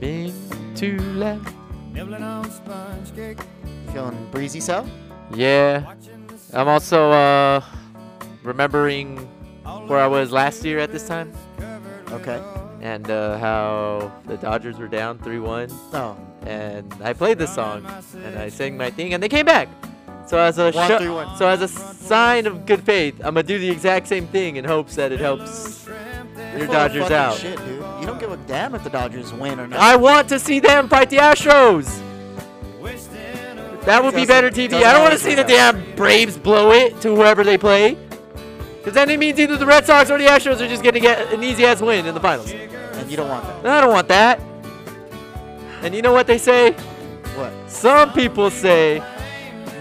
Been too late. Nibbling on sponge cake. Feeling breezy, so? Yeah. Watching the sun I'm also uh, remembering where I was last year at this time covered with Okay. oil. and uh, how the Dodgers were down 3 1. Oh, And I played this song and I sang my thing and they came back. So as a One, sho- three, one. so as a sign of good faith, I'm gonna do the exact same thing in hopes that it helps your Full Dodgers fucking out. Shit, dude. You don't give a damn if the Dodgers win or not. I want to see them fight the Astros. Wished in a That would be better Doesn't- TV. doesn't I don't want to always see the work damn Braves blow it to whoever they play. Because then it means either the Red Sox or the Astros are just going to get an easy ass win in the finals. and you don't want that. I don't want that. And you know what they say? What? Some people say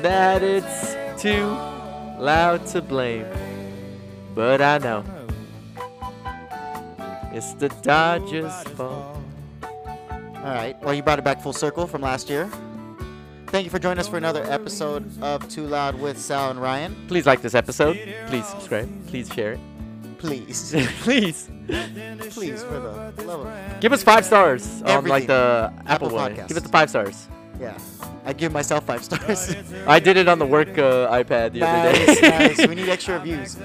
that it's too loud to blame. But I know it's the Dodgers' fault. All right. Well, you brought it back full circle from last year. Thank you for joining us for another episode of Too Loud with Sal and Ryan. Please like this episode. Please subscribe. Please share it. Please, Please. please, for the love of Give us five stars on like Everything. the Apple, Apple one. Podcasts. Give it the five stars. yeah, I give myself five stars. I did it on the work uh, iPad the other nice, day. nice. We need extra reviews.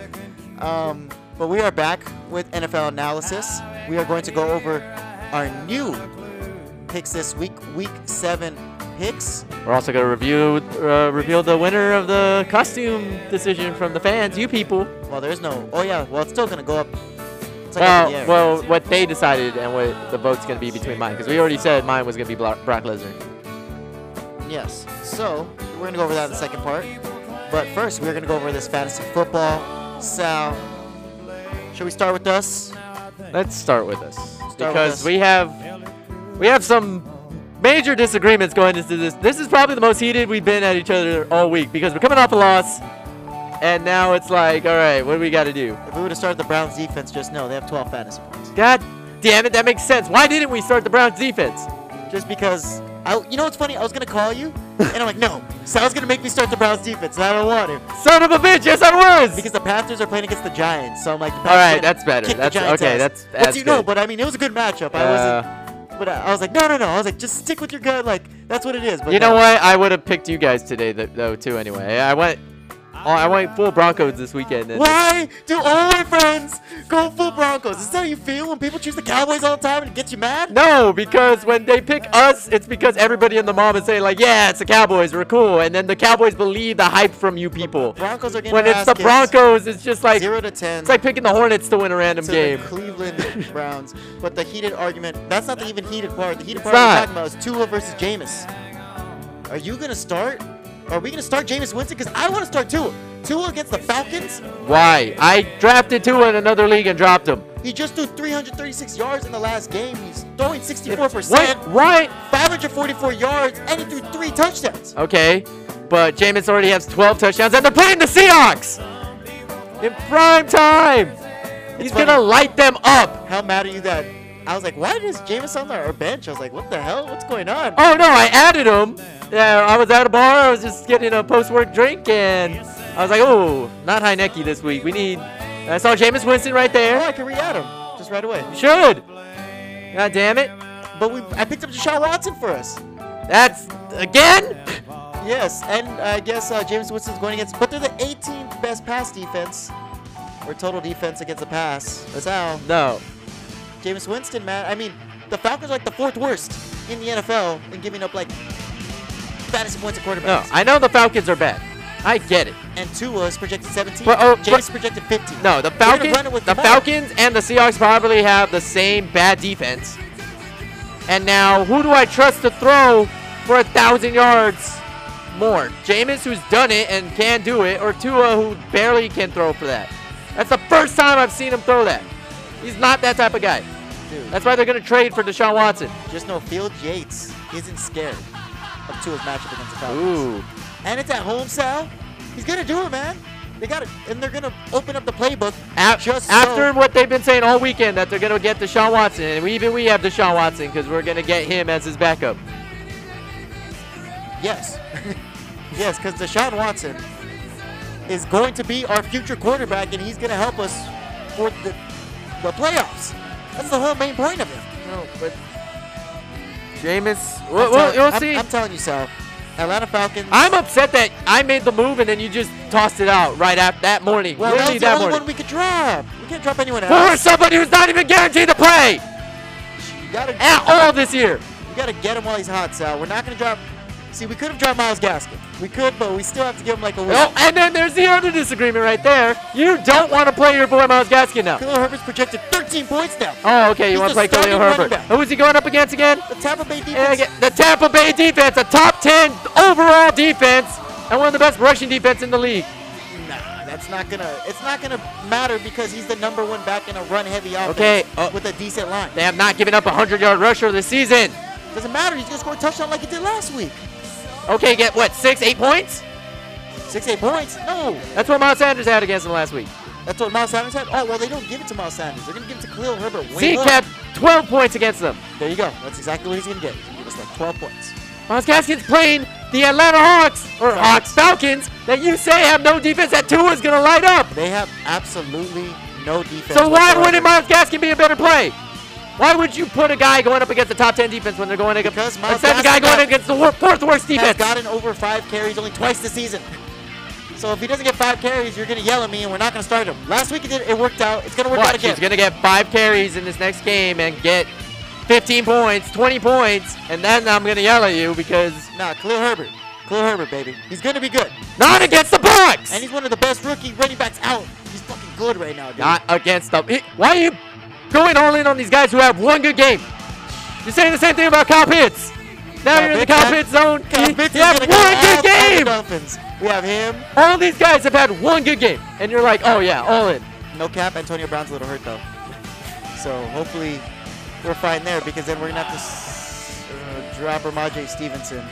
Um, but we are back with NFL analysis. We are going to go over our new picks this week, week seven picks. We're also gonna review uh, reveal the winner of the costume decision from the fans. You people. Well, there's no. Oh yeah. Well, it's still gonna go up. It's like up in Well, the air. well, what they decided and what the vote's gonna be between mine, because we already said mine was gonna be Bla- Brock Lesnar. Yes. So we're gonna go over that in the second part. But first, we're gonna go over this fantasy football. Sal, should we start with us? Let's start with us with because us. we have we have some major disagreements going into this. This is probably the most heated we've been at each other all week because we're coming off a loss, and now it's like, all right, what do we got to do? If we would have started the Browns defense, just no, they have 12 fantasy points. God damn it, that makes sense. Why didn't we start the Browns defense? Just because. I, you know what's funny? I was gonna call you, and I'm like, no, Sal's gonna make me start the Browns defense, and I don't want to Son of a bitch, yes I was. because the Panthers are playing against the Giants. So I'm like, the all right, Panthers that's better. kick the That's Giants' okay. ass. That's What do that's you know? good. But I mean, it was a good matchup. I wasn't. Uh, But I, I was like, no, no, no. I was like, just stick with your gut. Like that's what it is. But you know no. what? I would have picked you guys today th- though too. Anyway, I went. Oh, I went full Broncos this weekend. And Why do all my friends go full Broncos? Is that how you feel when people choose the Cowboys all the time and it gets you mad? No, because when they pick us, it's because everybody in the mob is saying like, "Yeah, it's the Cowboys, we're cool," and then the Cowboys believe the hype from you people. Broncos are getting When their it's ass the kicked. Broncos, it's just like zero to ten. it's like picking the Hornets to win a random to game. the Cleveland Browns, but the heated argument—that's not the even heated part. The heated It's part we're not. talking about is Tua versus Jameis. Are you gonna start? Are we gonna start Jameis Winston? Because I want to start Tua. Tua against the Falcons. Why? I drafted Tua in another league and dropped him. He just threw 336 yards in the last game. He's throwing 64 What? percent, Why? 544 yards, and he threw three touchdowns. Okay, but Jameis already has 12 touchdowns, and they're playing the Seahawks in prime time. He's funny. gonna light them up. How mad are you that I was like, why is Jameis on our bench? I was like, what the hell? What's going on? Oh no, I added him. Yeah, I was at a bar. I was just getting a post-work drink, and I was like, "Oh, not high necky this week. We need." and I saw Jameis Winston right Oh, there. I can re-add him just right away. Should. God damn it. But we, I picked up Deshaun Watson for us. That's again. Yes, and I guess uh, James Winston's going against, but they're the 18th best pass defense or total defense against the pass. That's how No. James Winston, man. I mean, the Falcons are like the fourth worst in the NFL in giving up like fantasy points to No. quarterbacks. I know the Falcons are bad. I get it. And Tua is projected 17. But, oh, James projected 15. No, the gonna Falcons. run it with The Kamara. Falcons and the Seahawks probably have the same bad defense. And now, who do I trust to throw for a thousand yards more? Jameis, who's done it and can do it, or Tua, who barely can throw for that. That's the first time I've seen him throw that. He's not that type of guy. Dude. That's why they're gonna trade for Deshaun Watson. Just know Field Yates isn't scared of Tua's matchup against the Ooh. Falcons. And it's at home, Sal. He's gonna do it, man. They got it, and they're gonna open up the playbook. Af- Just so- after what they've been saying all weekend that they're gonna get Deshaun Watson, and we, even we have Deshaun Watson because we're gonna get him as his backup. Yes, yes, because Deshaun Watson is going to be our future quarterback, and he's gonna help us for the, the playoffs. That's the whole main point of it. No, but Jameis. I'm We'll, we'll, tell- you'll I'm- see. I'm telling you, Sal. Atlanta Falcons. I'm upset that I made the move and then you just tossed it out right after that morning. well, Literally that's the that only morning. one we could drop. We can't drop anyone For else. somebody who's not even guaranteed to play You gotta, at all this year. you gotta get him while he's hot, Sal. We're not gonna drop. See, we could have dropped Miles Gaskin. We could, but we still have to give him like a week. Oh, and then there's the other disagreement right there. You don't want to play your boy Miles Gaskin now. Khalil Herbert's projected 13 points now. Oh, okay. You He's want to the play Khalil starting running Herbert. back. Who is he going up against again? The Tampa Bay And defense. again, the Tampa Bay defense, a top 10 overall defense, and one of the best rushing defense in the league. Nah, that's not gonna. It's not gonna matter because he's the number one back in a run-heavy offense Okay, uh, with a decent line. They have not given up a 100 yard rusher this season. Doesn't matter. He's gonna score a touchdown like he did last week. Okay, get what, six, eight points? Six, eight points. No, That's what Miles Sanders had against him last week. that's what Miles Sanders had. Oh well, they don't give it to Miles Sanders. They're gonna give it to Khalil Herbert. Wake Zeke up. had 12 points against them. There you go. That's exactly what he's gonna get. He's gonna give us like 12 points. Miles Gaskin's playing the Atlanta Hawks, or Hawks Falcons, that you say have no defense that two is going to light up. They have absolutely no defense. So why whatsoever. wouldn't Miles Gaskin be a better play? Why would you put a guy going up against the top 10 defense when they're going against Because Miles instead of a guy Gaskin going got- against the wor- fourth worst Has defense? gotten over five carries only twice this season. So if he doesn't get five carries, you're gonna yell at me, and we're not gonna start him. Last week it did. It worked out. It's gonna work out Watch, again. he's going to get five carries in this next game and get 15 points, 20 points, and then I'm going to yell at you because Nah, Khalil Herbert. Khalil Herbert, baby. He's gonna be good. not against the Bucks. And he's one of the best rookie running backs out. He's fucking good right now, dude. Not against them. He- Why are you going all in on these guys who have one good game? You're saying the same thing about Kyle Pitts. Now Kyle you're in the Pitts Kyle had- Pitts zone. Kyle You- Pitts you is have gonna one go good all over the game. Dolphins. We have him. All these guys have had one good game, and you're like, oh yeah, all in. No cap. Antonio Brown's a little hurt though. So hopefully we're fine there because then we're gonna have to s- uh, drop Ramajay Stevenson,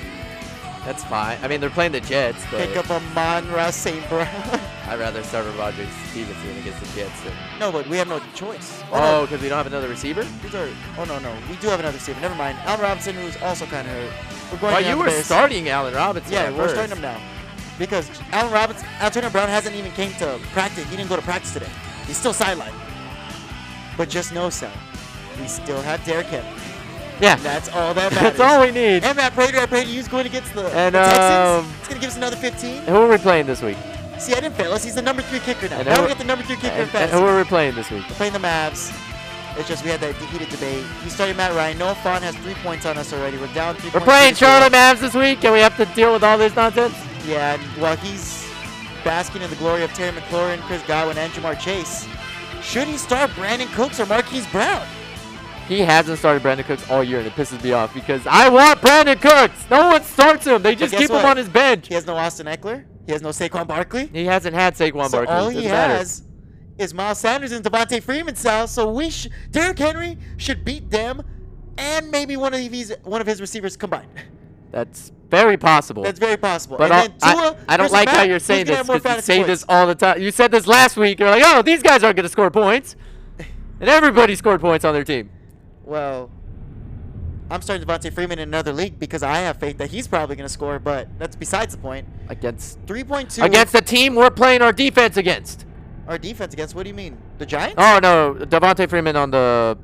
That's fine. I mean, they're playing the Jets, but pick up Amon Ross St. Brown. I'd rather start with Rodgers Stevenson against the Jets. Than, no, but we have no choice. oh, no, because we don't have another receiver. these are- oh no, no, we do have another receiver. Never mind. Allen Robinson, who's also kind of hurt. We're going Well, to you have were Bears. starting Allen Robinson. Yeah, at we're first. starting him now. Because Allen Robinson, Antonio Brown hasn't even came to practice. He didn't go to practice today. He's still sidelined. But just know, Sal, we still have Derrick Henry. Yeah, That's all that matters. that's all we need. And Matt Prater, I prayed to use going against the, And, the Texans. um, it's going to give us another 15. Who are we playing this week? See, I didn't fail us. He's the number three kicker now. And Now who- we got the number three kicker And, in and who fantasy. are we playing this week? We're playing the Mavs. It's just we had that heated debate. You started Matt Ryan. Noah Font has three points on us already. We're down three We're points playing to the Charlotte Mavs this week, and we have to deal with all this nonsense. Yeah, and while he's basking in the glory of Terry McLaurin, Chris Godwin, and Jamar Chase, should he start Brandon Cooks or Marquise Brown? He hasn't started Brandon Cooks all year, and it pisses me off because I want Brandon Cooks. No one starts him. They just guess keep him what? on his bench. He has no Austin Eckler. He has no Saquon Barkley. He hasn't had Saquon so Barkley. all Doesn't he matter. has is Miles Sanders and Devontae Freeman, Sal. So we sh- Derrick Henry should beat them and maybe one of these one of his receivers combined. That's very possible. That's very possible. but and I'll- then Tua I, I don't versus like how Matt, you're who's saying this gonna have more 'cause you fantasy say points? this all the time. You said this last week. You're like, oh, these guys aren't going to score points. And everybody scored points on their team. Well, I'm starting Devontae Freeman in another league because I have faith that he's probably going to score, but that's besides the point. Against 3.2 against the team we're playing our defense against. our defense against, what do you mean? The Giants? Oh, no. Devontae Freeman on the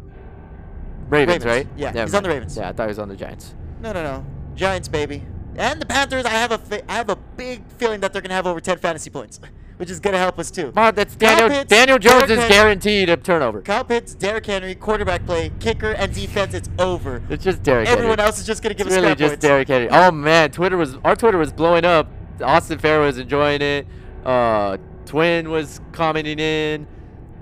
Ravens, Ravens. right? Yeah, Never he's on the mind. Ravens. Yeah, I thought he was on the Giants. No, no, no. Giants, baby. And the Panthers, I have a fa- I have a big feeling that they're going to have over 10 fantasy points, which is going to help us too. Come on, that's Kyle Daniel. Pitts, Daniel Jones Derrick is Henry. guaranteed a turnover. Kyle Pitts, Derrick Henry, quarterback play, kicker, and defense, it's over. It's just Derrick Everyone Henry. else is just going to give It's us really crap just points. Derrick Henry. Oh man, Twitter was our Twitter was blowing up. Austin Fair was enjoying it. Uh, Twin was commenting in.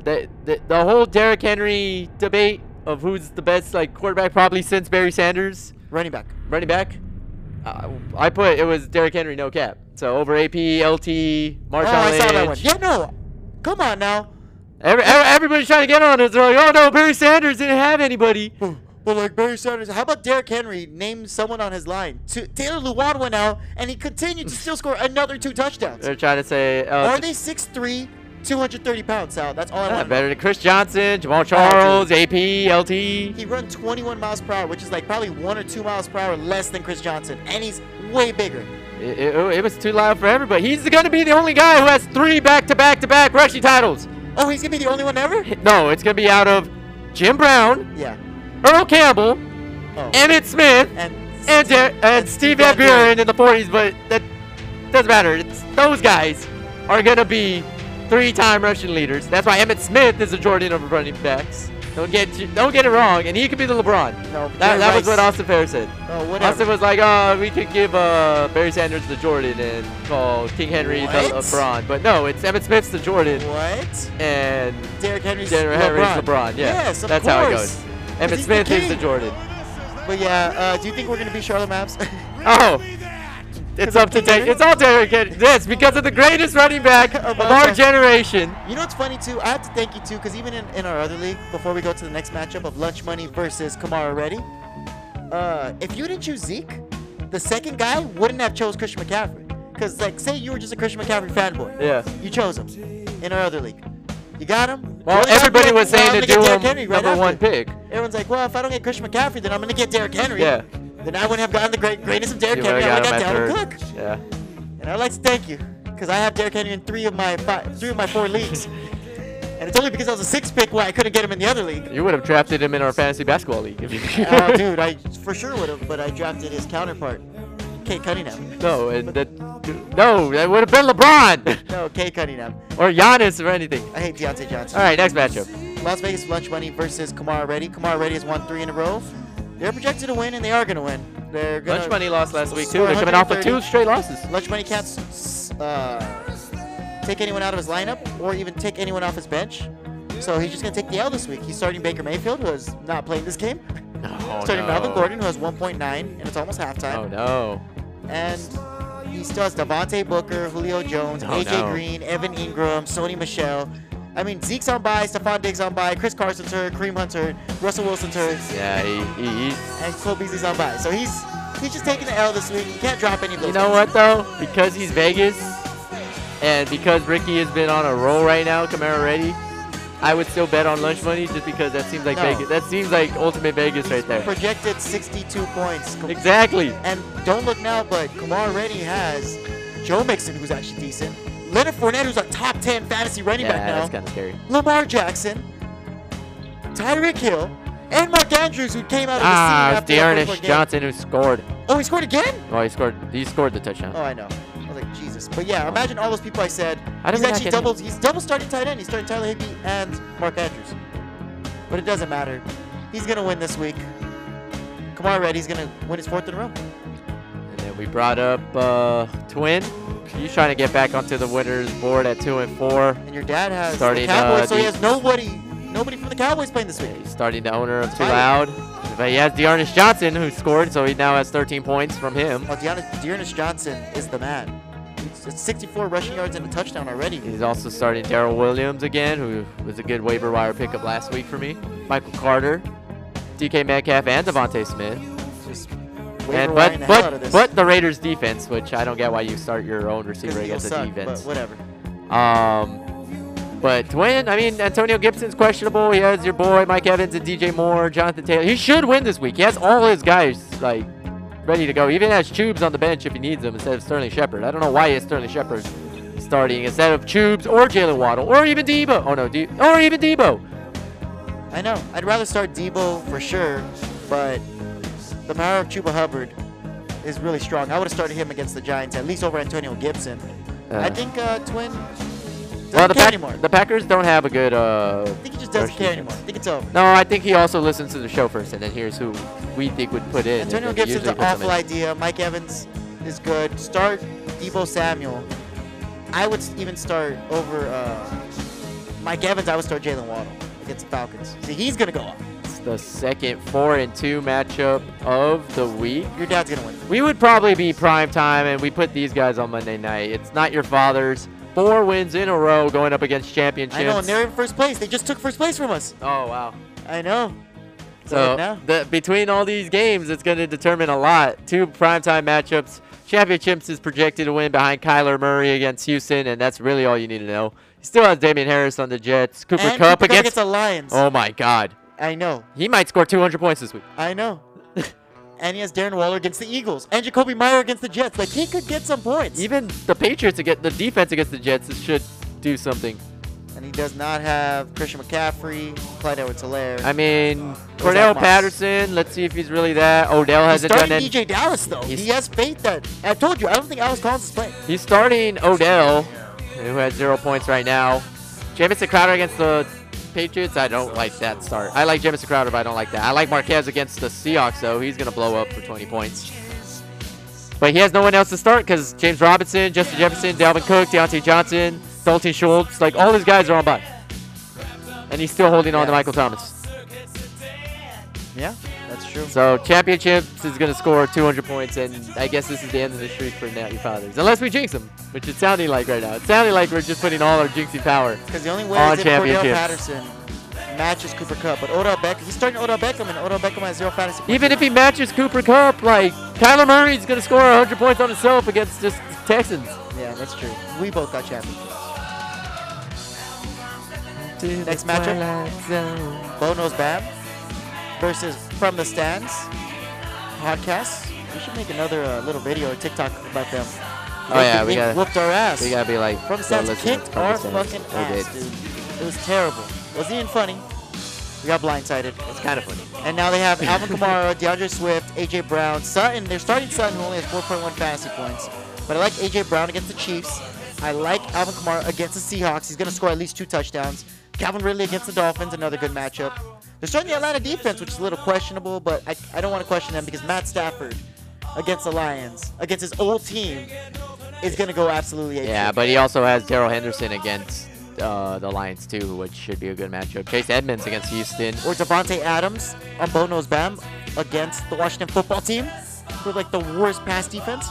The, the the whole Derrick Henry debate of who's the best like quarterback probably since Barry Sanders Running back. running back. Uh, I put it was Derrick Henry no cap. So over AP, LT, Marshawn oh, I Lynch. saw that one. Yeah, no. Come on now. Every, every- everybody's trying to get on it. They're like, oh no, Barry Sanders didn't have anybody. Oh, But like Barry Sanders, how about Derrick Henry named someone on his line? To, Taylor Luan went out, and he continued to still score another two touchdowns. They're trying to say. Uh, Are they 6'3", 230 pounds, Sal? That's all I Yeah, want. better than Chris Johnson, Jamal Charles, AP, LT. He run 21 miles per hour, which is like probably one or two miles per hour less than Chris Johnson, and he's way bigger. It, it- it was too loud for everybody. He's going to be the only guy who has three back-to-back-to-back rushing titles. Oh, he's gonna be the only one ever? No, it's going to be out of Jim Brown, Yeah. Earl Campbell, Oh. Emmett Smith And, and, Der- and Steve Van Buren in the 40s, but that doesn't matter. It's those guys are gonna be three-time Russian leaders. That's why Emmett Smith is the Jordan of running backs. Don't get you, don't get it wrong, and he could be the LeBron. No, That, Jerry that was what Rice. Austin Fair said. Oh, Austin whatever. was like, uh, we could give uh, Barry Sanders the Jordan and call King Henry the What? LeBron. But no, it's Emmett Smith's the Jordan What? and Derrick Henry's Derrick Henry's LeBron. LeBron. Yeah, Yes, of that's course. how it goes. Emmett he's the Smith is the king. Jordan. But yeah, uh, do you think we're gonna be Charlotte Maps? Oh, it's up to date. It's all Derrick Henry. Yes, because of the greatest running back of our generation. you know what's funny too? I have to thank you too, because even in, in our other league, before we go to the next matchup of Lunch Money versus Kamara Reddy, uh, if you didn't choose Zeke, the second guy wouldn't have chose Christian McCaffrey. Because like, say you were just a Christian McCaffrey fanboy. Yeah. You chose him in our other league. You got him. Well, You only got everybody Derrick- was well, I'm saying to gonna get do Derrick him Henry right number one after. pick. Everyone's like, well, if I don't get Christian McCaffrey, then I'm gonna get Derrick Henry. Yeah. Then I wouldn't have gotten the great greatness of Derrick You Henry. would've I would got have got him at Dalvin Cook. third. Yeah. And I'd like to thank you, because I have Derrick Henry in three of my five, three of my four leagues. And it's only because I was a six pick why I couldn't get him in the other league. You would have drafted him in our fantasy basketball league. If you Oh, dude, I for sure would have, but I drafted his counterpart, Kate Cunningham. no, and that, no, that would have been LeBron No, Kate Cunningham. or Giannis or anything. I hate Deontay Johnson. All right, next matchup. Las Vegas Lunch Money versus Kamara Reddy. Kamara Reddy has won three in a row. They're projected to win, and they are going to win. They're gonna, Lunch Money lost last week too. score They're coming off of 130. two straight losses. Lunch Money can't s- uh, take anyone out of his lineup or even take anyone off his bench. So he's just going to take the L this week. He's starting Baker Mayfield, who is not playing this game. Oh, starting Melvin Gordon, who has 1.9, and it's almost halftime. Oh no. And he still has Devontae Booker, Julio Jones, Oh, AJ no. Green, Evan Ingram, Sony Michelle. I mean, Zeke's on by, Stephon Diggs on by, Chris Carson's hurt, Kareem Hunt's hurt, Russell Wilson's hurt, Yeah, he, he, he's and Cole Beasley's on by. So he's he's just taking the L this week. He can't drop any of those. You know guys. what though? Because he's Vegas, and because Ricky has been on a roll right now, Camaro ready. I would still bet on lunch money just because that seems like No. Vegas. That seems like ultimate Vegas right there. Projected 62 points. Com- Exactly. And don't look now, but Kamar Reddy has Joe Mixon, who's actually decent. Leonard Fournette, who's a top 10 fantasy running Yeah, back now. that's kind of scary. Lamar Jackson, Tyreek Hill, and Mark Andrews, who came out of the Ah, it's scene after the Dearness Johnson who scored. Oh, he scored again? Oh, he scored. He scored the touchdown. Oh, I know. I was like, Jesus. But yeah, imagine all those people I said. I don't he's think I actually can- double. He's double starting tight end. He's starting Tyler Higbee and Mark Andrews. But it doesn't matter. He's gonna win this week. Kamar Reddy's gonna win his fourth in a row. And then we brought up uh, Twin. He's trying to get back onto the winners board at two and four. And your dad has Starting, the Cowboys, uh, so he the- has nobody, nobody from the Cowboys playing this week. He's starting the owner of Too Tired. Loud. But he has Dearness Johnson who scored, so he now has 13 points from him. Oh, Dearness, Dearness Johnson is the man. It's, it's 64 rushing yards and a touchdown already. He's also starting Daryl Williams again, who was a good waiver wire pickup last week for me. Michael Carter, DK Metcalf, and Devontae Smith. Just And but but but the Raiders defense, which I don't get why you start your own receiver Eagles against the suck, defense. but whatever. Um, but Twin, I mean Antonio Gibson's questionable. He has your boy Mike Evans and DJ Moore, Jonathan Taylor. He should win this week. He has all his guys like ready to go. He even has Chubes on the bench if he needs them instead of Sterling Shepard. I don't know why he has Sterling Shepard starting instead of Chubes or Jalen Waddle or even Debo. Oh no, De- or even Debo. I know. I'd rather start Debo for sure, but the power of Chuba Hubbard is really strong. I would have started him against the Giants, at least over Antonio Gibson. I Yeah. think uh, Twin doesn't Well, the, care Pack- anymore. the Packers don't have a good. Uh, I think he just doesn't rush care defense. anymore. I think it's over. No, I think he also listens to the show first, and then here's who we think would put in. and Antonio then he Gibson's usually an puts them awful in. idea. Mike Evans is good. Start Debo Samuel. I would s- even start over uh, Mike Evans. I would start Jalen Waddle against the Falcons. See, he's gonna go off. It's the second four and two matchup of the week. Your dad's gonna win. We would probably be prime time, and we put these guys on Monday night. It's not your father's. Four wins in a row going up against championships. I know, and they're in first place. They just took first place from us. oh wow. I know. So now, the, between all these games, it's going to determine a lot. Two primetime matchups. Championships is projected to win behind Kyler Murray against Houston, and that's really all you need to know. He still has Damian Harris on the Jets. Cooper and Cup Cooper Kupp against. the Lions. oh my God, I know. he might score 200 points this week. I know. and he has Darren Waller against the Eagles and Jacoby Meyer against the Jets. Like he could get some points. Even the Patriots against the defense against the Jets should do something. And he does not have Christian McCaffrey, Clyde Edwards Hilaire. I mean, Or Cordell Zach Moss. Patterson. Let's see if he's really that. Odell He's hasn't done starting that. DJ Dallas, though. He he's- has faith that. I told you, I don't think Alex Collins is playing. He's starting Odell, who has zero points right now. Jamison Crowder against the Patriots. I don't like that start. I like Jamison Crowder, but I don't like that. I like Marquez against the Seahawks, though. He's gonna blow up for 20 points. But he has no one else to start because James Robinson, Justin Jefferson, Dalvin Cook, Deontay Johnson, Dalton Schultz, like all these guys are on bye. And he's still holding on to Yeah. Michael Thomas. Yeah, that's true. So championships is gonna score 200 points, and I guess this is the end of the streak for Nat Your Fathers, unless we jinx them, which it's sounding like right now. It's sounding like we're just putting all our jinxing power. Because the only way All is if Cordell championships. Patterson matches Cooper Cup. But Odell Beckham, he's starting Odell Beckham, and Odell Beckham has zero fantasy points. Even if he matches Cooper Cup, like Kyler Murray's gonna score 100 points on himself against just the Texans. Yeah, that's true. We both got championships. Next matchup. Bo knows Bab versus From the Stands podcast. We should make another uh, little video or TikTok about them. Oh, yeah, we gotta- whooped our ass. We gotta be like From the so Stands listen, kicked From our the Stands. fucking Oh, They did. ass, dude. It was terrible. Wasn't even funny. We got blindsided. It's kind of funny. And now they have Alvin Kamara, DeAndre Swift, AJ Brown, Sutton. They're starting Sutton, who only has 4.1 fantasy points. But I like AJ Brown against the Chiefs. I like Alvin Kamara against the Seahawks. He's going to score at least two touchdowns. Calvin Ridley against the Dolphins, another good matchup. They're starting the Atlanta defense, which is a little questionable, but I, I don't want to question them because Matt Stafford against the Lions, against his old team, is going to go absolutely apeshit. Yeah, but he also has Daryl Henderson against uh, the Lions too, which should be a good matchup. Chase Edmonds against Houston. or Devonte Adams on Bono's Bam against the Washington football team, who are like the worst pass defense.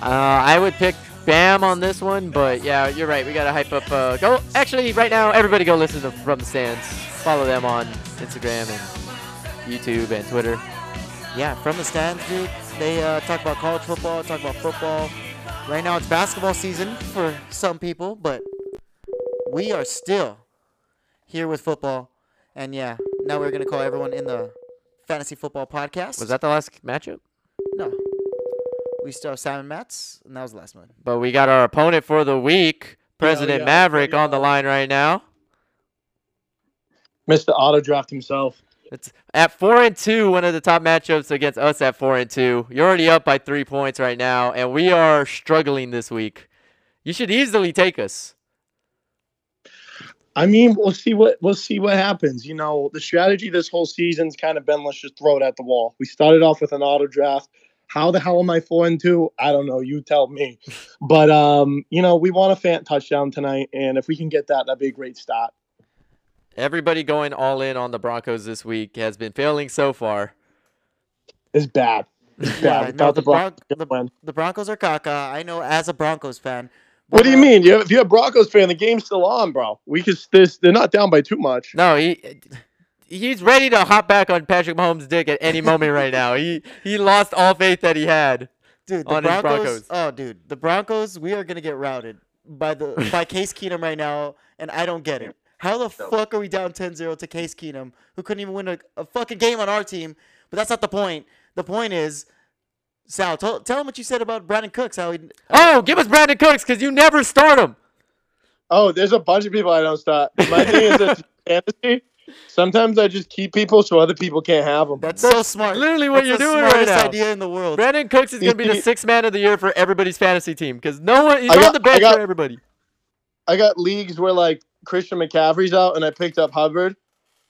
Uh, I would pick Bam on this one, but yeah, you're right. We gotta hype up. Uh, go actually right now. Everybody go listen to From the Stands. Follow them on Instagram and YouTube and Twitter. Yeah, from the stands, dude. They uh, talk about college football, talk about football. Right now, it's basketball season for some people, but we are still here with football. And yeah, now we're gonna call everyone in the fantasy football podcast. Was that the last matchup? no? We still have Simon Matz, and that was the last one. But we got our opponent for the week, President yeah, Maverick, on the line right now. Mr. Auto Draft himself. It's at four and two, one of the top matchups against us at four and two. You're already up by three points right now, and we are struggling this week. You should easily take us. I mean, we'll see what we'll see what happens. You know, the strategy this whole season's kind of been let's just throw it at the wall. We started off with an auto draft. How the hell am I four and two? I don't know. You tell me. But um, you know, we want a fan touchdown tonight, and if we can get that, that'd be a great start. Everybody going all in on the Broncos this week has been failing so far. It's bad. It's Yeah, bad. no, Without the the Broncos, Bron- gonna win. The Broncos are caca. I know as a Broncos fan. What do you but, uh, mean? You if you're a Broncos fan, the game's still on, bro. We just this they're not down by too much. No, he he's ready to hop back on Patrick Mahomes' dick at any moment right now. He he lost all faith that he had. Dude, the on his Broncos, Broncos. Oh, dude, the Broncos. We are gonna get routed by the by Case Keenum right now, and I don't get it. How the fuck are we down 10-0 to Case Keenum, who couldn't even win a, a fucking game on our team? But that's not the point. The point is, Sal, tell, tell him what you said about Brandon Cooks. How he Oh, give us Brandon Cooks because you never start him. Oh, there's a bunch of people I don't stop. My thing is that fantasy. Sometimes I just keep people so other people can't have them. that's so smart. literally what That's you're the doing right smartest now. idea in the world. Brandon Cooks is gonna be the sixth man of the year for everybody's fantasy team because no one he's I on got- the bench I got- for everybody. I got leagues where like Christian McCaffrey's out, and I picked up Hubbard,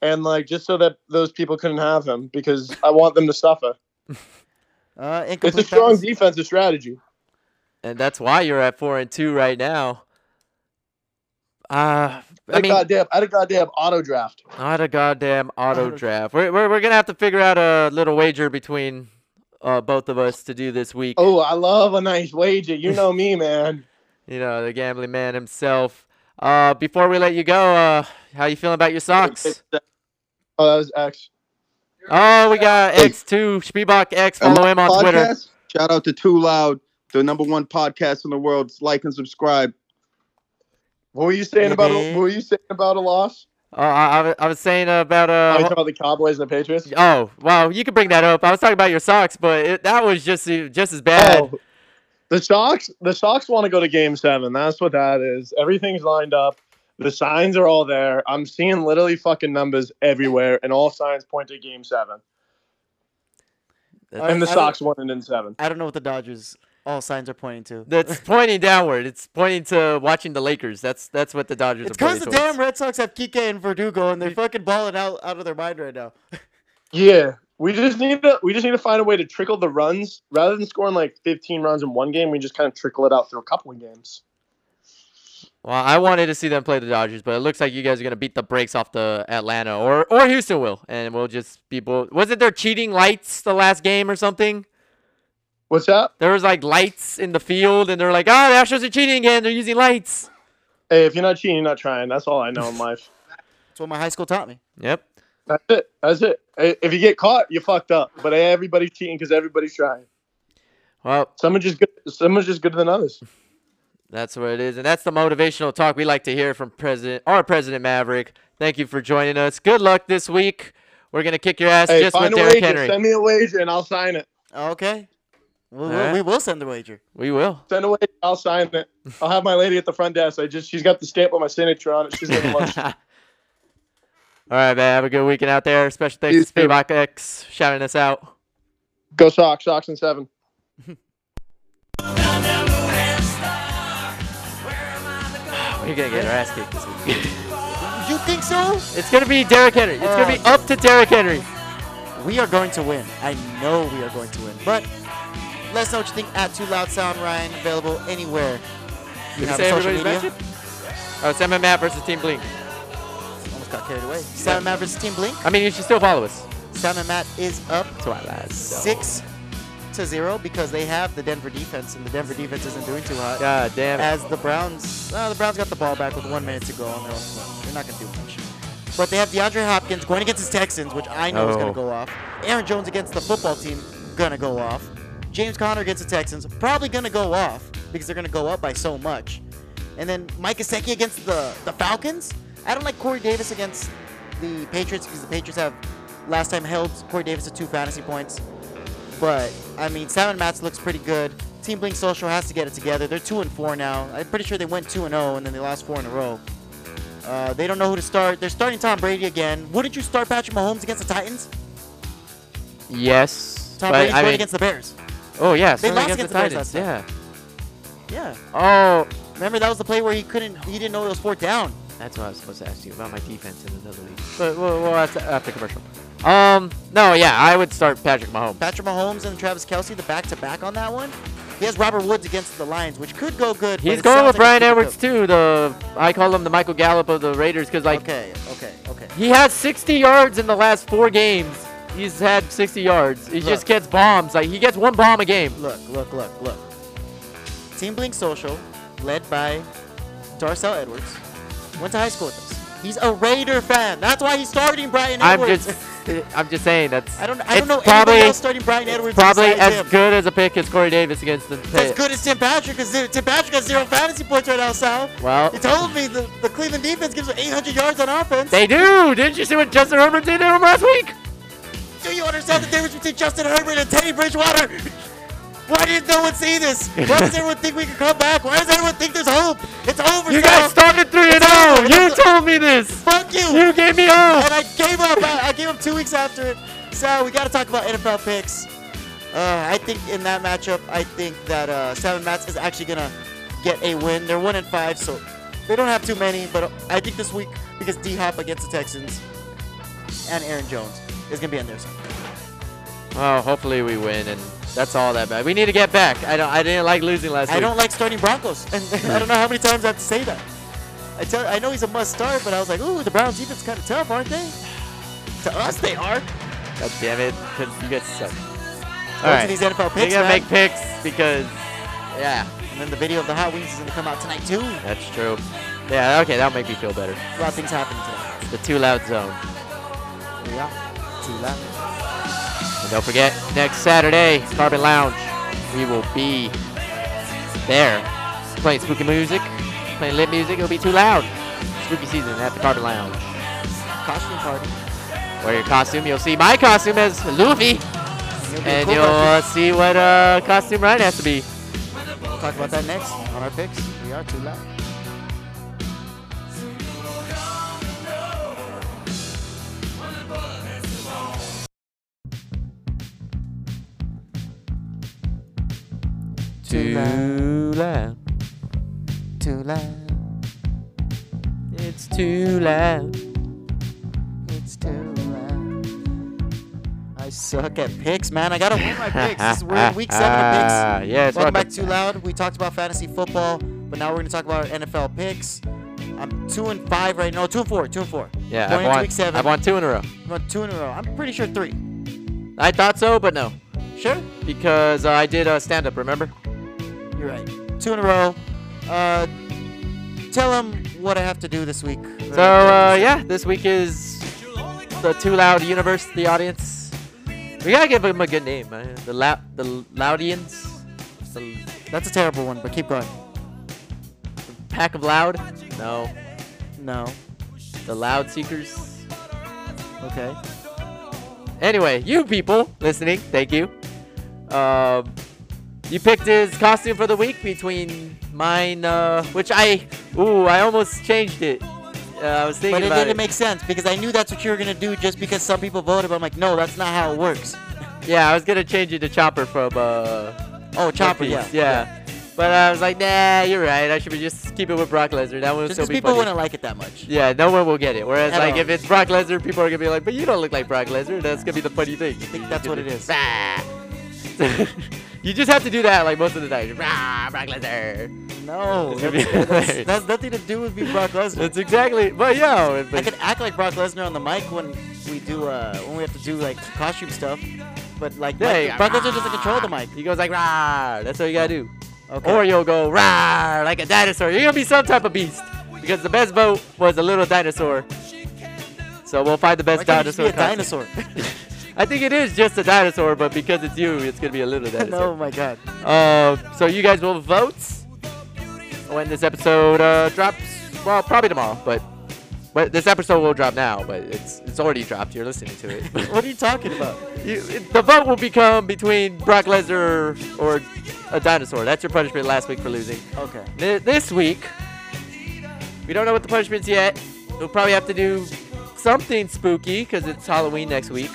and like just so that those people couldn't have him because I want them to suffer. uh, It's incomplete a strong pass. defensive strategy. And that's why you're at four and two right now. Uh I I mean, goddamn, I had a goddamn auto draft. not a goddamn auto Auto- draft. We're, we're, we're gonna have to figure out a little wager between uh, both of us to do this week. Oh, I love a nice wager. You know me, man. You know, the gambling man himself. Uh, before we let you go, uh, how you feeling about your socks? Oh, that was X. Oh, we got X2 Spielbach X. Follow him on Twitter. podcast. Shout out to Too Loud, the number one podcast in the world. Like and subscribe. What were you saying about? Mhm. What were you saying about a loss? Uh, I, I was- I was saying about Oh, you uh, talking about the Cowboys and the Patriots? Oh, well, you can bring that up. I was talking about your socks, but it, that was just e- just as bad. Oh, the Sox, the Sox want to go to Game Seven. That's what that is. Everything's lined up. The signs are all there. I'm seeing literally fucking numbers everywhere, and all signs point to Game Seven. All That's- And the right, I Sox won it in seven. I don't know what the Dodgers. All signs are pointing to. That's pointing downward. It's pointing to watching the Lakers. That's that's what the Dodgers It's are because pointing the towards. damn Red Sox have Kike and Verdugo, and they're fucking balling out out of their mind right now. Yeah, we just need to we just need to find a way to trickle the runs rather than scoring like 15 runs in one game. We just kind of trickle it out through a couple of games. Well, I wanted to see them play the Dodgers, but it looks like you guys are gonna beat the brakes off the Atlanta or or Houston will, and we'll just be both. Wasn't there cheating lights the last game or something? What's that? There was like lights in the field, and they're like, "Ah, the Astros are cheating again. They're using lights." Hey, if you're not cheating, you're not trying. That's all I know in life. That's what my high school taught me. Yep. That's it. That's it. Hey, If you get caught, you're fucked up. But hey, everybody's cheating because everybody's trying. Well, Some are just good. Some are just good than others. That's what it is, and that's the motivational talk we like to hear from President our President Maverick. Thank you for joining us. Good luck this week. We're gonna kick your ass Hey, just with find a Derrick wager. Henry. Send me a wager and I'll sign it. Okay. We, we, Alright. we will send the wager. we will. Send away. I'll sign it. I'll have my lady at the front desk. I just she's got the stamp with my signature on it. She's gonna All lunch. right, man. Have a good weekend out there. Special You thanks to too. Spivak X shouting us out. Go Sox, Sox and seven. We're gonna get our ass kicked this week. You think so? it's gonna be Derrick Henry. It's gonna be Oh. up to Derrick Henry. We are going to win. I know we are going to win. But let us know what you think at Too Loud Sound Ryan. Available anywhere. Did You you have say social everybody's media. matchup? Oh, Sam and Matt versus Team Blink. Almost got carried away. Sam and Matt versus Team Blink. I mean, you should still follow us. Sam and Matt is up That's what I lied. six to zero because they have the Denver defense, and the Denver defense isn't doing too hot. God damn it. As the Browns, uh, the Browns got the ball back with one minute to go on their own. floor. They're not going to do much. But they have DeAndre Hopkins going against his Texans, which I know is going Oh. to go off. Aaron Jones against the football team, going to go off. James Conner against the Texans, probably going to go off because they're going to go up by so much. And then Mike Gesicki against the, the Falcons. I don't like Corey Davis against the Patriots because the Patriots have last time held Corey Davis to two fantasy points. But I mean, Sam and Matz looks pretty good. Team Blink Social has to get it together. They're two and four now. I'm pretty sure they went two and zero, and then they lost four in a row. Uh, they don't know who to start. They're starting Tom Brady again. Wouldn't you start Patrick Mahomes against the Titans? yes. Tom but Brady's I going mean, against the Bears. oh yeah, They starting lost against the Bears Yeah. Yeah. Oh, Remember that was the play where he couldn't, he didn't know it was fourth down. That's what I was supposed to ask you about my defense in another league. But we'll, we'll ask that after commercial. Um, no, yeah, I would start Patrick Mahomes. Patrick Mahomes and Travis Kelsey, the back to back on that one. He has Robert Woods against the Lions, which could go good. but He's it going sounds with Brian like it's gonna go- Edwards too. The I call him the Michael Gallup of the Raiders because like Okay, okay, okay. he has 60 yards in the last four games. He's had 60 yards. He just Look. gets bombs. Like he gets one bomb a game. Look, look, look, look. Team Blink Social, led by Darcel Edwards, went to high school with us. He's a Raider fan. That's why he's starting Brian I'm Edwards. just, uh, I'm just saying that's. I don't, I don't it's know probably anybody else starting Brian it's Edwards. probably besides as him. good as a pick as Corey Davis against the. It's as good as Tim Patrick, because Tim Patrick has zero fantasy points right now, Sal. Well, He told me the, the Cleveland defense gives him 800 yards on offense. they do. Didn't you see what Justin Herbert did to him last week? Do you understand the difference between Justin Herbert and Teddy Bridgewater? Why did no one see this? Why does everyone think we can come back? Why does everyone think there's hope? It's over, You Sal. guys started 3 and over. 0. You It's o- told me this. Fuck you. You gave me hope. and I gave up. I, I gave up two weeks after it. So we got to talk about NFL picks. Uh, I think in that matchup, I think that uh, Seven Mats is actually gonna get a win. They're one and five, so they don't have too many. But I think this week, because D Hop against the Texans and Aaron Jones is gonna be on their side. Oh, hopefully we win, and that's all that bad. We need to get back. I don't. I didn't like losing last I week. don't like starting Broncos, and I don't know how many times I have to say that. I tell, I know he's a must start, but I was like, ooh, the Browns defense kind of tough, aren't they? To us, they are. God damn it! 'cause You guys suck. Those All are right. these NFL We picks, gotta man. make picks because, yeah, And then the video of the hot wings is gonna come out tonight too. A that's true. Yeah. Okay, that'll make me feel better. lot of things happening today. The too loud zone. Yeah. Too loud. And don't forget, next Saturday, Carbon Lounge. We will be there playing spooky music, playing lit music. It'll be too loud. Spooky season at the Carbon Lounge. Costume party. Wear your costume. You'll see my costume as Luffy, It'll be a and cool you'll costume. uh, see what uh, costume Ryan has to be. We'll talk about that next on our picks. We are too loud. Too loud. Too loud. Too loud. It's too loud. It's too loud. I suck at picks, man. I gotta win my picks. This is, we're in week seven of picks. Ah, Yeah, it's Welcome right. back to Too Loud. We talked about fantasy football, but now we're gonna talk about NFL picks. I'm two and five right now. Two and four. Two and four. Yeah, I've Going into won. week seven. I've won two in a row. You want two in a row. I'm pretty sure three. I thought so, but no, Sure. because uh, I did uh, stand up. Remember? You're right. Two in a row. Uh, tell them what I have to do this week. So uh, yeah, this week is the Too Loud Universe. The audience. We gotta give them a good name. Uh, the loud, the Loudians, the That's a terrible one, but keep going. pack of loud. No, No. the Loud Seekers. Okay. Anyway, you people listening, thank you. Um, you picked his costume for the week between mine, uh, which I, ooh, I almost changed it. Uh, I was thinking But it about didn't make sense because I knew that's what you were gonna do just because some people voted. But I'm like, no, that's not how it works. Yeah, I was gonna change it to Chopper from uh, Oh, Chopper. One Yeah. Piece, yeah. But I was like, nah, you're right. I should be just keep it with Brock Lesnar. That one will Just still because be people funny. wouldn't like it that much. yeah, no one will get it. Whereas, At like, all. if it's Brock Lesnar, people are gonna be like, "But you don't look like Brock Lesnar." That's gonna be the funny thing. I think that's what it is. you just have to do that like most of the time. Rah, Brock Lesnar. No, It's gonna be that's, that's, hilarious. that's nothing to do with me, Brock Lesnar. That's exactly. But yeah, I but, can act like Brock Lesnar on the mic when we do uh, when we have to do like costume stuff, but like yeah, Mike- yeah, Brock Lesnar rah. doesn't control the mic. He goes like rah. That's what you gotta do. Okay. Or you'll go rah like a dinosaur. You're gonna be some type of beast because the best vote was a little dinosaur. So we'll find the best Why can't it just dinosaur. be a costume. dinosaur. I think it is just a dinosaur, but because it's you, it's gonna be a little no, dinosaur. my God. Uh, so you guys will vote when this episode uh, drops. Well, probably tomorrow, but but this episode will drop now. But it's it's already dropped. You're listening to it. What are you talking about? You, it- the vote will become between Brock Lesnar or a dinosaur. That's your punishment last week for losing. Okay. Th- this week, we don't know what the punishment's yet. We'll probably have to do something spooky because it's Halloween next week.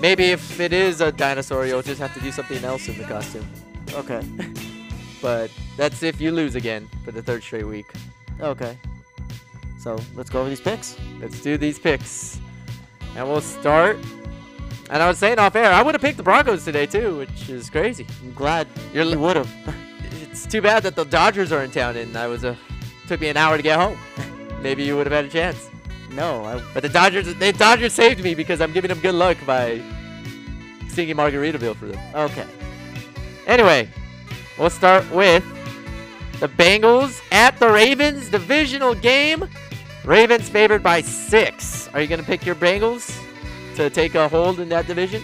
Maybe if it is a dinosaur, you'll just have to do something else in the costume. Okay. But that's if you lose again for the third straight week. Okay. So let's go over these picks. Let's do these picks. And we'll start. And I was saying off air, I would have picked the Broncos today too, which is crazy. I'm glad You're you li- would have. It's too bad that the Dodgers are in town, and I was a took me an hour to get home. Maybe you would have had a chance. No, I, But the Dodgers, the Dodgers saved me because I'm giving them good luck by singing Margaritaville for them. okay. Anyway, we'll start with the Bengals at the Ravens divisional game. Ravens favored by six. Are you gonna pick your Bengals to take a hold in that division?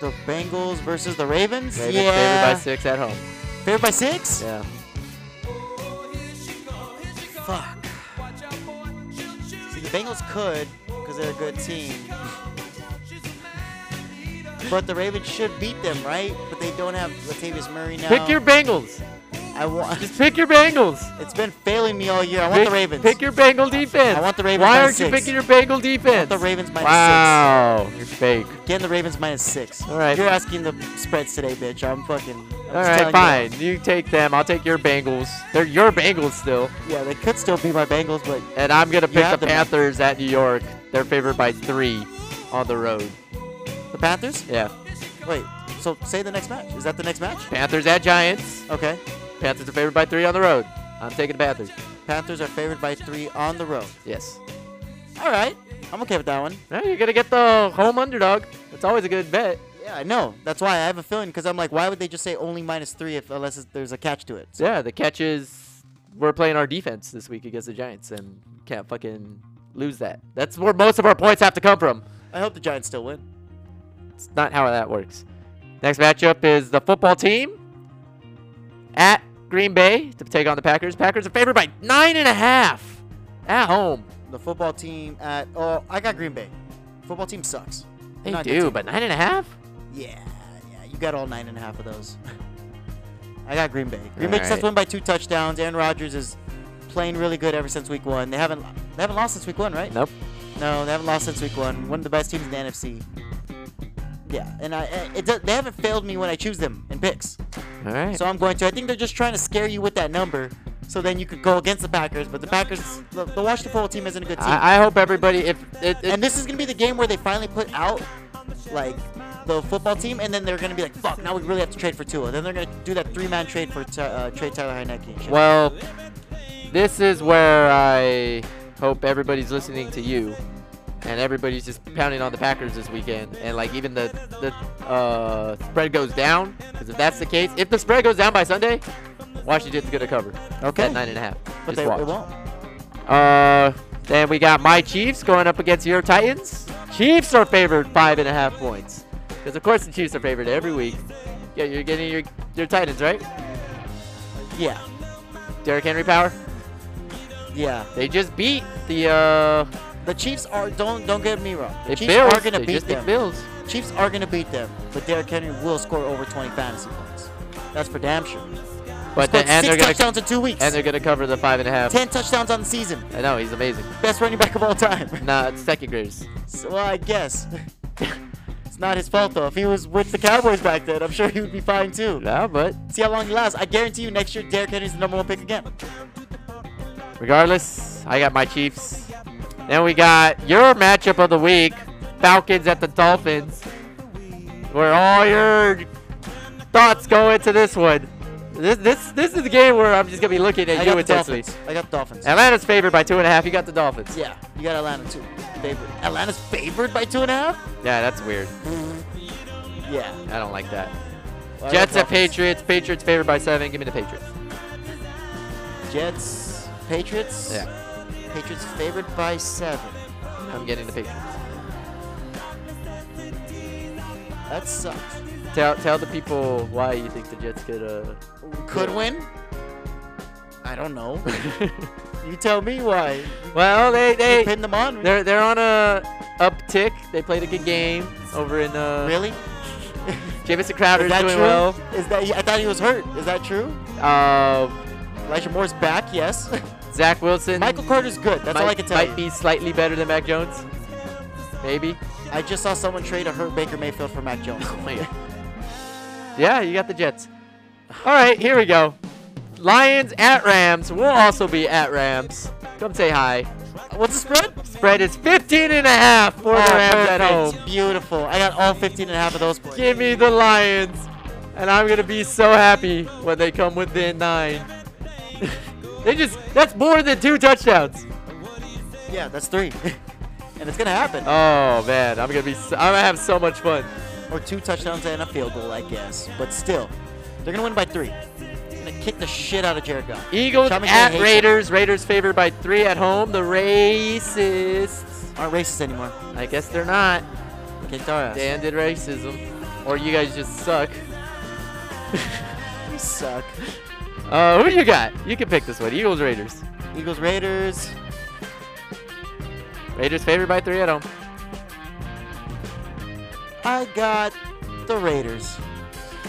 The Bengals versus the Ravens. Ravens yeah. favored by six at home. Favored by six? Yeah. Fuck. See, the Bengals could, because they're a good team. but the Ravens should beat them, right? But they don't have Latavius Murray now. Pick your Bengals. I want. Just pick your Bengals. It's been failing me all year. I want pick, the Ravens. Pick your Bengal defense. I want the Ravens Why by aren't you six. picking your Bengal defense? the Ravens minus wow, you're fake. six. Getting the Ravens minus six. All right. You're asking the spreads today, bitch. I'm fucking. I'm just All right, telling fine. You. take them. I'll take your Bengals. They're your Bengals still, You. Yeah, they could still be my Bengals, but and I'm gonna You pick have the them. Panthers at New York. They're favored by three on the road. the Panthers. Yeah, Wait. So say the next match. Is that the next match? Panthers at Giants. Okay. Panthers are favored by three on the road. I'm taking the Panthers. Panthers are favored by three on the road. Yes. All right. I'm okay with that one. Now you're gonna get the home underdog. That's always a good bet. Yeah, I know. That's why I have a feeling because I'm like, why would they just say only minus three if unless it's- there's a catch to it? So, Yeah, the catch is we're playing our defense this week against the Giants and can't fucking lose that. That's where most of our points have to come from. I hope the Giants still win. It's not how that works. Next matchup is the football team at Green Bay to take on the Packers. Packers are favored by nine and a half at home. The football team at oh, I got Green Bay. Football team sucks. They Not a good do, team. but nine and a half? yeah, yeah, you got all nine and a half of those. I got Green Bay. Green Bay just has Alright. to win by two touchdowns. Aaron Rodgers is playing really good ever since week one. They haven't they haven't lost since week one, right? Nope. No, they haven't lost since week one. One of the best teams in the NFC. Yeah, and I I- it, does- they haven't failed me when I choose them in picks. All right. So I'm going to. I think they're just trying to scare you with that number, so then you could go against the Packers. But the Packers, the, the Washington football team isn't a good team. I, I hope everybody, if it, it, and this is gonna be the game where they finally put out like the football team, and then they're gonna be like, "Fuck! Now we really have to trade for Tua." Then they're gonna do that three-man trade for Ty- uh, trade Tyler Heineke. And shit. well, this is where I hope everybody's listening to you, and everybody's just pounding on the Packers this weekend, and like even the the uh, spread goes down. Because if that's the case, if the spread goes down by Sunday, Washington's gonna cover. Okay. At nine and a half. But Just they watch. it won't. Uh, then we got my Chiefs going up against your Titans. Chiefs are favored five and a half points. Because of course the Chiefs are favored every week. Yeah, you're getting your your Titans right. Yeah, Derrick Henry power. yeah. They just beat the uh. The Chiefs are don't don't get me wrong. The They Chiefs Bills. are gonna they beat just beat them. Bills. Chiefs are gonna beat them, but Derrick Henry will score over 20 fantasy points. That's for damn sure. But Scored the, and 6 they're gonna touchdowns in two weeks. and they're gonna cover the five and a half. 10 touchdowns on the season. I know he's amazing. Best running back of all time. Nah, it's second graders. So, well, I guess. it's not his fault, though. If he was with the Cowboys back then, I'm sure he would be fine, too. No, but See how long he lasts. I guarantee you next year, Derrick Henry's the number one pick again. regardless, I got my Chiefs. Then we got your matchup of the week: Falcons at the Dolphins. Where all your thoughts go into this one. This this this is the game where I'm just gonna be looking at I you got the intensely. Dolphins. I got the Dolphins. Atlanta's favored by two and a half. You got the Dolphins. yeah, you got Atlanta, too. Favored. Atlanta's favored by two and a half? Yeah, that's weird. Yeah. I don't like that. Well, I got Jets at Dolphins. Patriots. Patriots favored by seven. Give me the Patriots. Jets, Patriots. Yeah, Patriots favored by seven. I'm getting the Patriots. That sucks. Tell tell the people why you think the Jets could uh. Could win? I don't know. you tell me why. well, they You they pin them on. they're they're on a uptick. They played a good game over in uh. Really? Jamison Crowder's Is that doing true? well. Is that I thought he was hurt. Is that true? Uh, Elijah Moore's back, yes. Zach Wilson. Michael Carter's good. That's might, all I can tell might you. be slightly better than Mac Jones. Maybe. I just saw someone trade a hurt Baker Mayfield for Mac Jones. Oh my God. Yeah, you got the Jets. All right, here we go. Lions at Rams. We'll also be at Rams. Come say hi. What's the spread? Spread is 15 and a half for Ah, the Rams at home. Beautiful. I got all 15 and a half of those points. Give me the Lions. And I'm going to be so happy when they come within nine. they just, that's more than two touchdowns. Yeah, that's three. and it's gonna happen. Oh, man. I'm going to be, so, I'm going to have so much fun. or two touchdowns and a field goal, I guess. But still, they're gonna win by three. They're gonna kick the shit out of Jared Goff. Eagles Sean McVay at hates it. Raiders. Raiders favored by three at home. The racists. Aren't racist anymore. I guess they're not. Kicked our ass. They ended racism. Or you guys just suck. We suck. Uh, who you got? You can pick this one. Eagles, Raiders. Eagles Raiders. Raiders favored by three at home. I got the Raiders.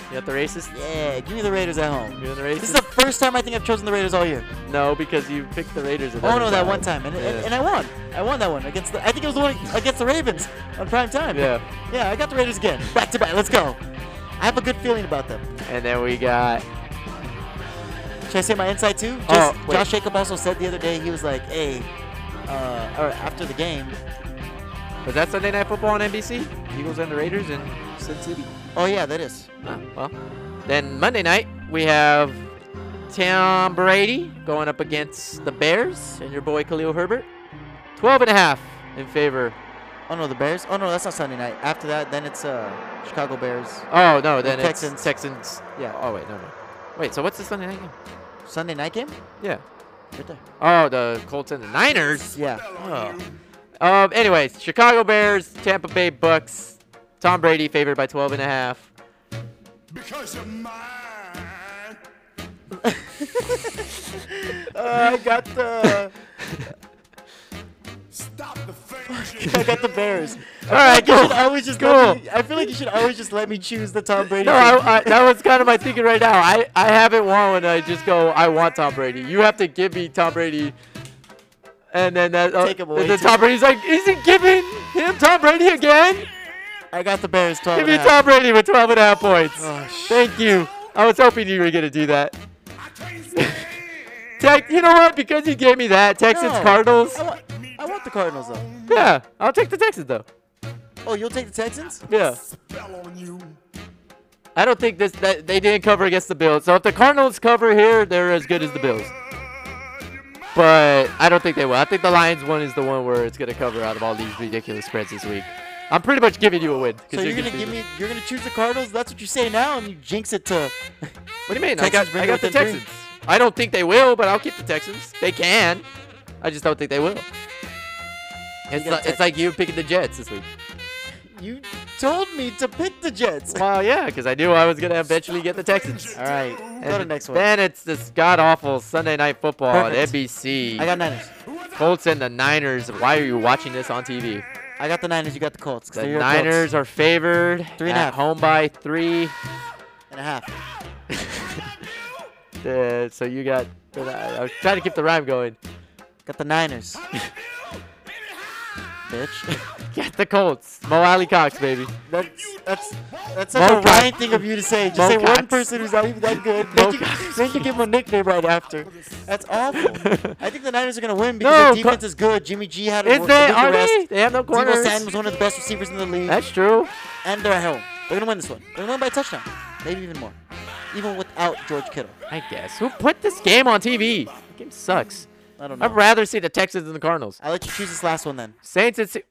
You got the racists? Yeah, give me the Raiders at home. You're the This is racists? the first time I think I've chosen the Raiders all year. no, because you picked the Raiders. Oh no, that one time, and, yeah. and, and I won. I won that one against the. I think it was the one against the Ravens on prime time. Yeah. Yeah, I got the Raiders again, back to back. Let's go. I have a good feeling about them. And then we got. Should I say my insight too? Oh, Just, wait. Josh Jacob also said the other day he was like, "Hey," uh, or after the game. Was that Sunday Night Football on NBC? Eagles and the Raiders in Sin City. Oh yeah, that is. Ah, well. Then Monday night we have Tom Brady going up against the Bears and your boy Khalil Herbert. 12 and a half in favor. Oh no, the Bears. Oh no, that's not Sunday night. After that, then it's uh, Chicago Bears. Oh no, then it's Texans. Texans. Yeah. Oh wait, no, no. Wait. So what's the Sunday night game? Sunday night game. Yeah. Right there. Oh, the Colts and the Niners. Yeah. Oh. Um. Anyways, Chicago Bears, Tampa Bay Bucks. Tom Brady favored by 12 and a half. Because you're mine. Uh, I got the. Stop the things you I got the Bears. All right, You should cool. always just let me, I feel like you should always just let me choose the Tom Brady. No, pick. I, I, that was kind of my thinking right now. I, I haven't won when I just go, I want Tom Brady. You have to give me Tom Brady. And then that, uh, Take him away and then too. Tom Brady's like, is he giving him Tom Brady again? I got the Bears 12. Give and me a Tom half. Brady with 12 and a half points. Oh, sh- Thank you. I was hoping you were going to do that. I can't stand Tex- you know what? Because you gave me that, Texans, No. Cardinals. I want, I want the Cardinals though. Yeah, I'll take the Texans, though. Oh, you'll take the Texans? Yeah. spell on you. I don't think this that they didn't cover against the Bills. So if the Cardinals cover here, they're as good as the Bills. But I don't think they will. I think the Lions one is the one where it's gonna cover out of all these ridiculous spreads this week. I'm pretty much giving you a win. So you're gonna considering- give me? You're gonna choose the Cardinals? That's what you say now, and you jinx it to. What do you mean? I Texans got, bring I got the within three. Texans. I don't think they will, but I'll keep the Texans. They can. I just don't think they will. It's, got like, it's Texans. like you picking the Jets this week. You told me to pick the Jets. All Well, yeah, because I knew I was gonna eventually get the Texans. right, go to And next one. Then it's this god awful Sunday night football Perfect. on NBC. I got Niners. Colts and the Niners. Why are you watching this on TV? I got the Niners. You got the Colts. 'cause The they're your Niners Colts. are favored Three at and a half. home by three. and a half. Uh, so you got. I was trying to keep the rhyme going. Got the Niners. Bitch. Get the Colts. Mo Alley Cox, baby. That's that's that's such Mo a Cox. Ryan thing of you to say. Just Mo say one Cox. person who's not even that good. Mo Then you, Cox. then you give him a nickname right after. That's awful. I think the Niners are gonna win because No, their Co- defense is good. Jimmy G had a, Is a they? big Are arrest. they? They have no Debo corners. Samuel's was one of the best receivers in the league, That's true. and they're at home. They're gonna win this one. They're gonna win by a touchdown, maybe even more, even without George Kittle. I guess. Who put this game on TV? The game sucks. I don't know. I'd rather see the Texans and the Cardinals. I'll let you choose this last one then. Saints and Se-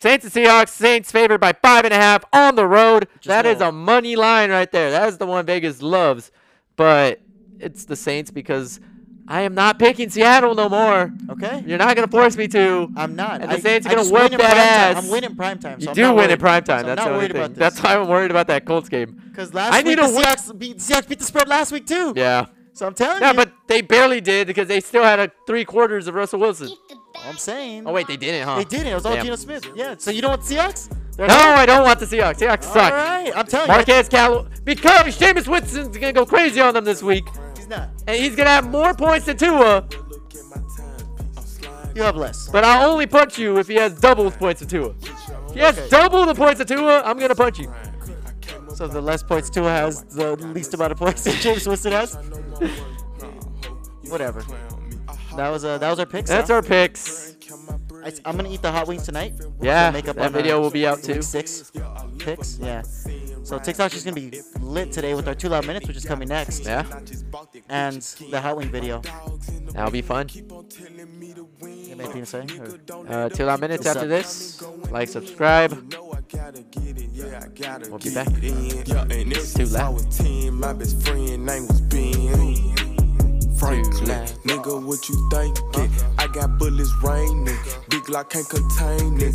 Saints and Seahawks. Saints favored by five and a half on the road. Just That is know. a money line right there. That is the one Vegas loves, but it's the Saints because I am not picking Seattle no more. Okay. You're not gonna force me to. I'm not. And I, the Saints are I gonna just whip win in that prime Time. ass. I'm winning prime time. So you I'm do not win worried. in prime time. So That's the I'm not only worried thing. about this. That's why I'm worried about that Colts game. because last I week need the a win. Seahawks beat, Seahawks beat the spread last week too. Yeah. So I'm telling Yeah, you. but they barely did because they still had a three quarters of Russell Wilson. I'm saying. Oh wait, they didn't, huh? They didn't. It was all Damn. Geno Smith. Yeah. So you don't want Seahawks? They're No, not- I don't want the Seahawks. Seahawks All suck. right. I'm telling you. Marquez Cal because Jameis Winston's gonna go crazy on them this week, He's not. and he's gonna have more points than Tua. You have less. But I'll only punch you if he has double the points of Tua. If he has double the points of Tua, I'm gonna punch you. So the less points Tua has, the least amount of points that James Winston has. Whatever. That was uh, that was our picks. That's huh? our picks. I, am gonna eat the hot wings tonight. Yeah, Make up that on, uh, video will be out too. week Six picks. Yeah. So TikTok's just gonna be lit today with our two loud minutes, which is coming next, Yeah, and the hot wing video. that'll be fun. You have anything to say? Or- Uh, till our minutes What's after up? this, like, subscribe. know I gotta get it, yeah, I gotta We'll be get back. it in. Yeah, and too ever since I loud. was 10, my best friend name was Ben. Franklin, nigga, what you thinking? I got bullets raining, big lock can't contain it.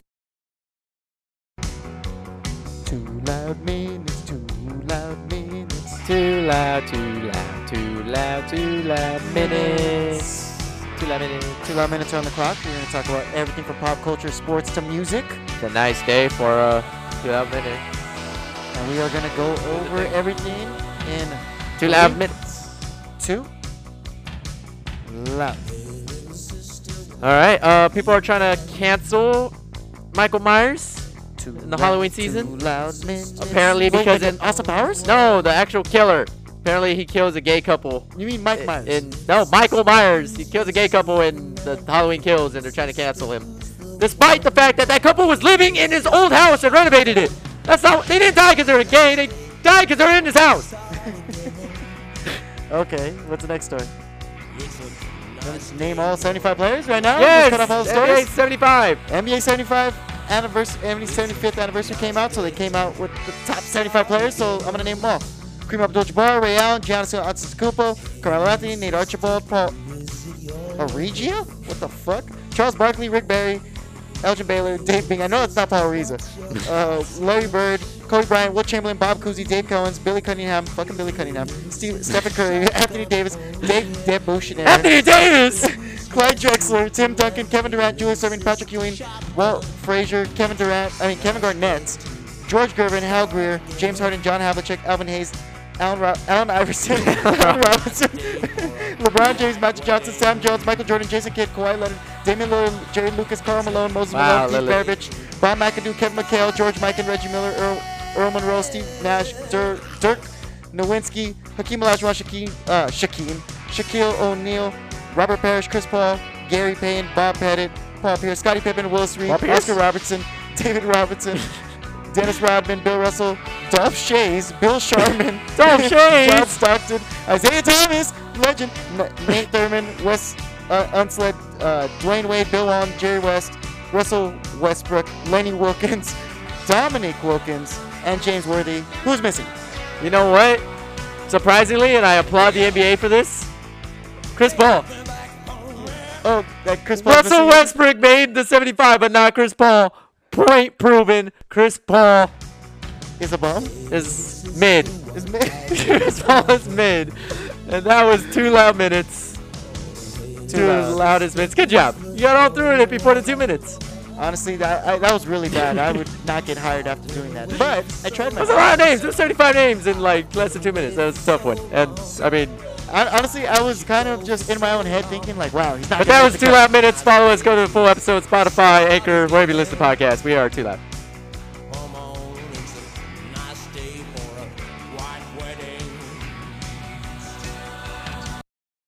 Two loud minutes. Two loud minutes. Too loud, too loud, too loud, too loud minutes. Too loud minutes. Two loud minutes are on the clock. We're gonna talk about everything from pop culture, sports to music, It's a nice day for uh, two loud minutes. and we are gonna go over everything in Two loud minutes. two loud. All right. Uh, people are trying to cancel Michael Myers. Two In the Halloween season? Two loud minutes. Apparently Wait, because like in- Austin Powers? No, the actual killer. Apparently, he kills a gay couple. You mean Mike Myers? In no, Michael Myers. He kills a gay couple in the Halloween Kills, and they're trying to cancel him, despite the fact that that couple was living in his old house and renovated it. That's not. They didn't die because they were gay. They died because they're in his house. okay, what's the next story? Name all 75 players right now? Yes. Let's cut off all the NBA stories. 75. NBA 75 anniversary, NBA 75th anniversary came out, so they came out with the top 75 players. So I'm gonna name them all: Kareem Abdul-Jabbar, Ray Allen, Giannis Antetokounmpo, Carmelo Anthony, Nate Archibald, Paul Arigia. What the fuck? Charles Barkley, Rick Barry, Elgin Baylor, Dave Bing. I know it's not Paul Ariza. Uh, Larry Bird, Kobe Bryant, Will Chamberlain, Bob Cousy, Dave Cohen's, Billy Cunningham, fucking Billy Cunningham, Steve, Stephen Curry, Anthony Davis, Dave Debochinaire. Anthony Davis. Clyde Drexler, Tim Duncan, Kevin Durant, Julius Irving, Patrick Ewing, Walt Frazier, Kevin Durant, I mean Kevin Garnett, George Gervin, Hal Greer, James Harden, John Havlicek, Alvin Hayes, Allen, Ro- Allen Iverson, Allen Robinson, LeBron James, Magic Johnson, Sam Jones, Michael Jordan, Jason Kidd, Kawhi Leonard, Damian Lillard, Jerry Lucas, Carl Malone, Moses Wow, Malone, Steve Lillard. Baravich, Brian McAdoo, Kevin McHale, George Mikan, Reggie Miller, Earl, Earl Monroe, Steve Nash, Dirk, Dirk Nowinski, Hakeem Olajuwon, Shaquem, uh, Shaquem, Shaquille O'Neal, Robert Parrish, Chris Paul, Gary Payne, Bob Pettit, Paul Pierce, Scottie Pippen, Willis Reed, Paul Pierce? Oscar Robertson, David Robinson, Dennis Rodman, Bill Russell, Dolph Shays, Bill Sharman, Dolph Shays! John Stockton, Isaiah Thomas, legend, N- Nate Thurman, Wes uh, Unsled, uh, Dwayne Wade, Bill Long, Jerry West, Russell Westbrook, Lenny Wilkins, Dominic Wilkins, and James Worthy. Who's missing? You know what? Surprisingly, and I applaud the NBA for this. Chris Paul. Oh, that Chris Paul's Russell missing. Westbrook made the 75, but not Chris Paul. Point proven. Chris Paul is a bum. is mid. Is mi- Chris Paul is mid. And that was two loud minutes. Two loud. loudest minutes. Good job. You got all through it if you put in two minutes. Honestly, that I, that was really bad. I would not get hired after doing that. But I tried my That's a lot of names. There's 75 names in like less than two minutes. That was a tough one. And I mean, I, honestly, I was kind of just in my own head thinking like, wow, he's not. but gonna that make was the two cut. loud minutes. Follow us. Go to the full episode. Spotify, Anchor, wherever you listen to podcasts. We are too loud.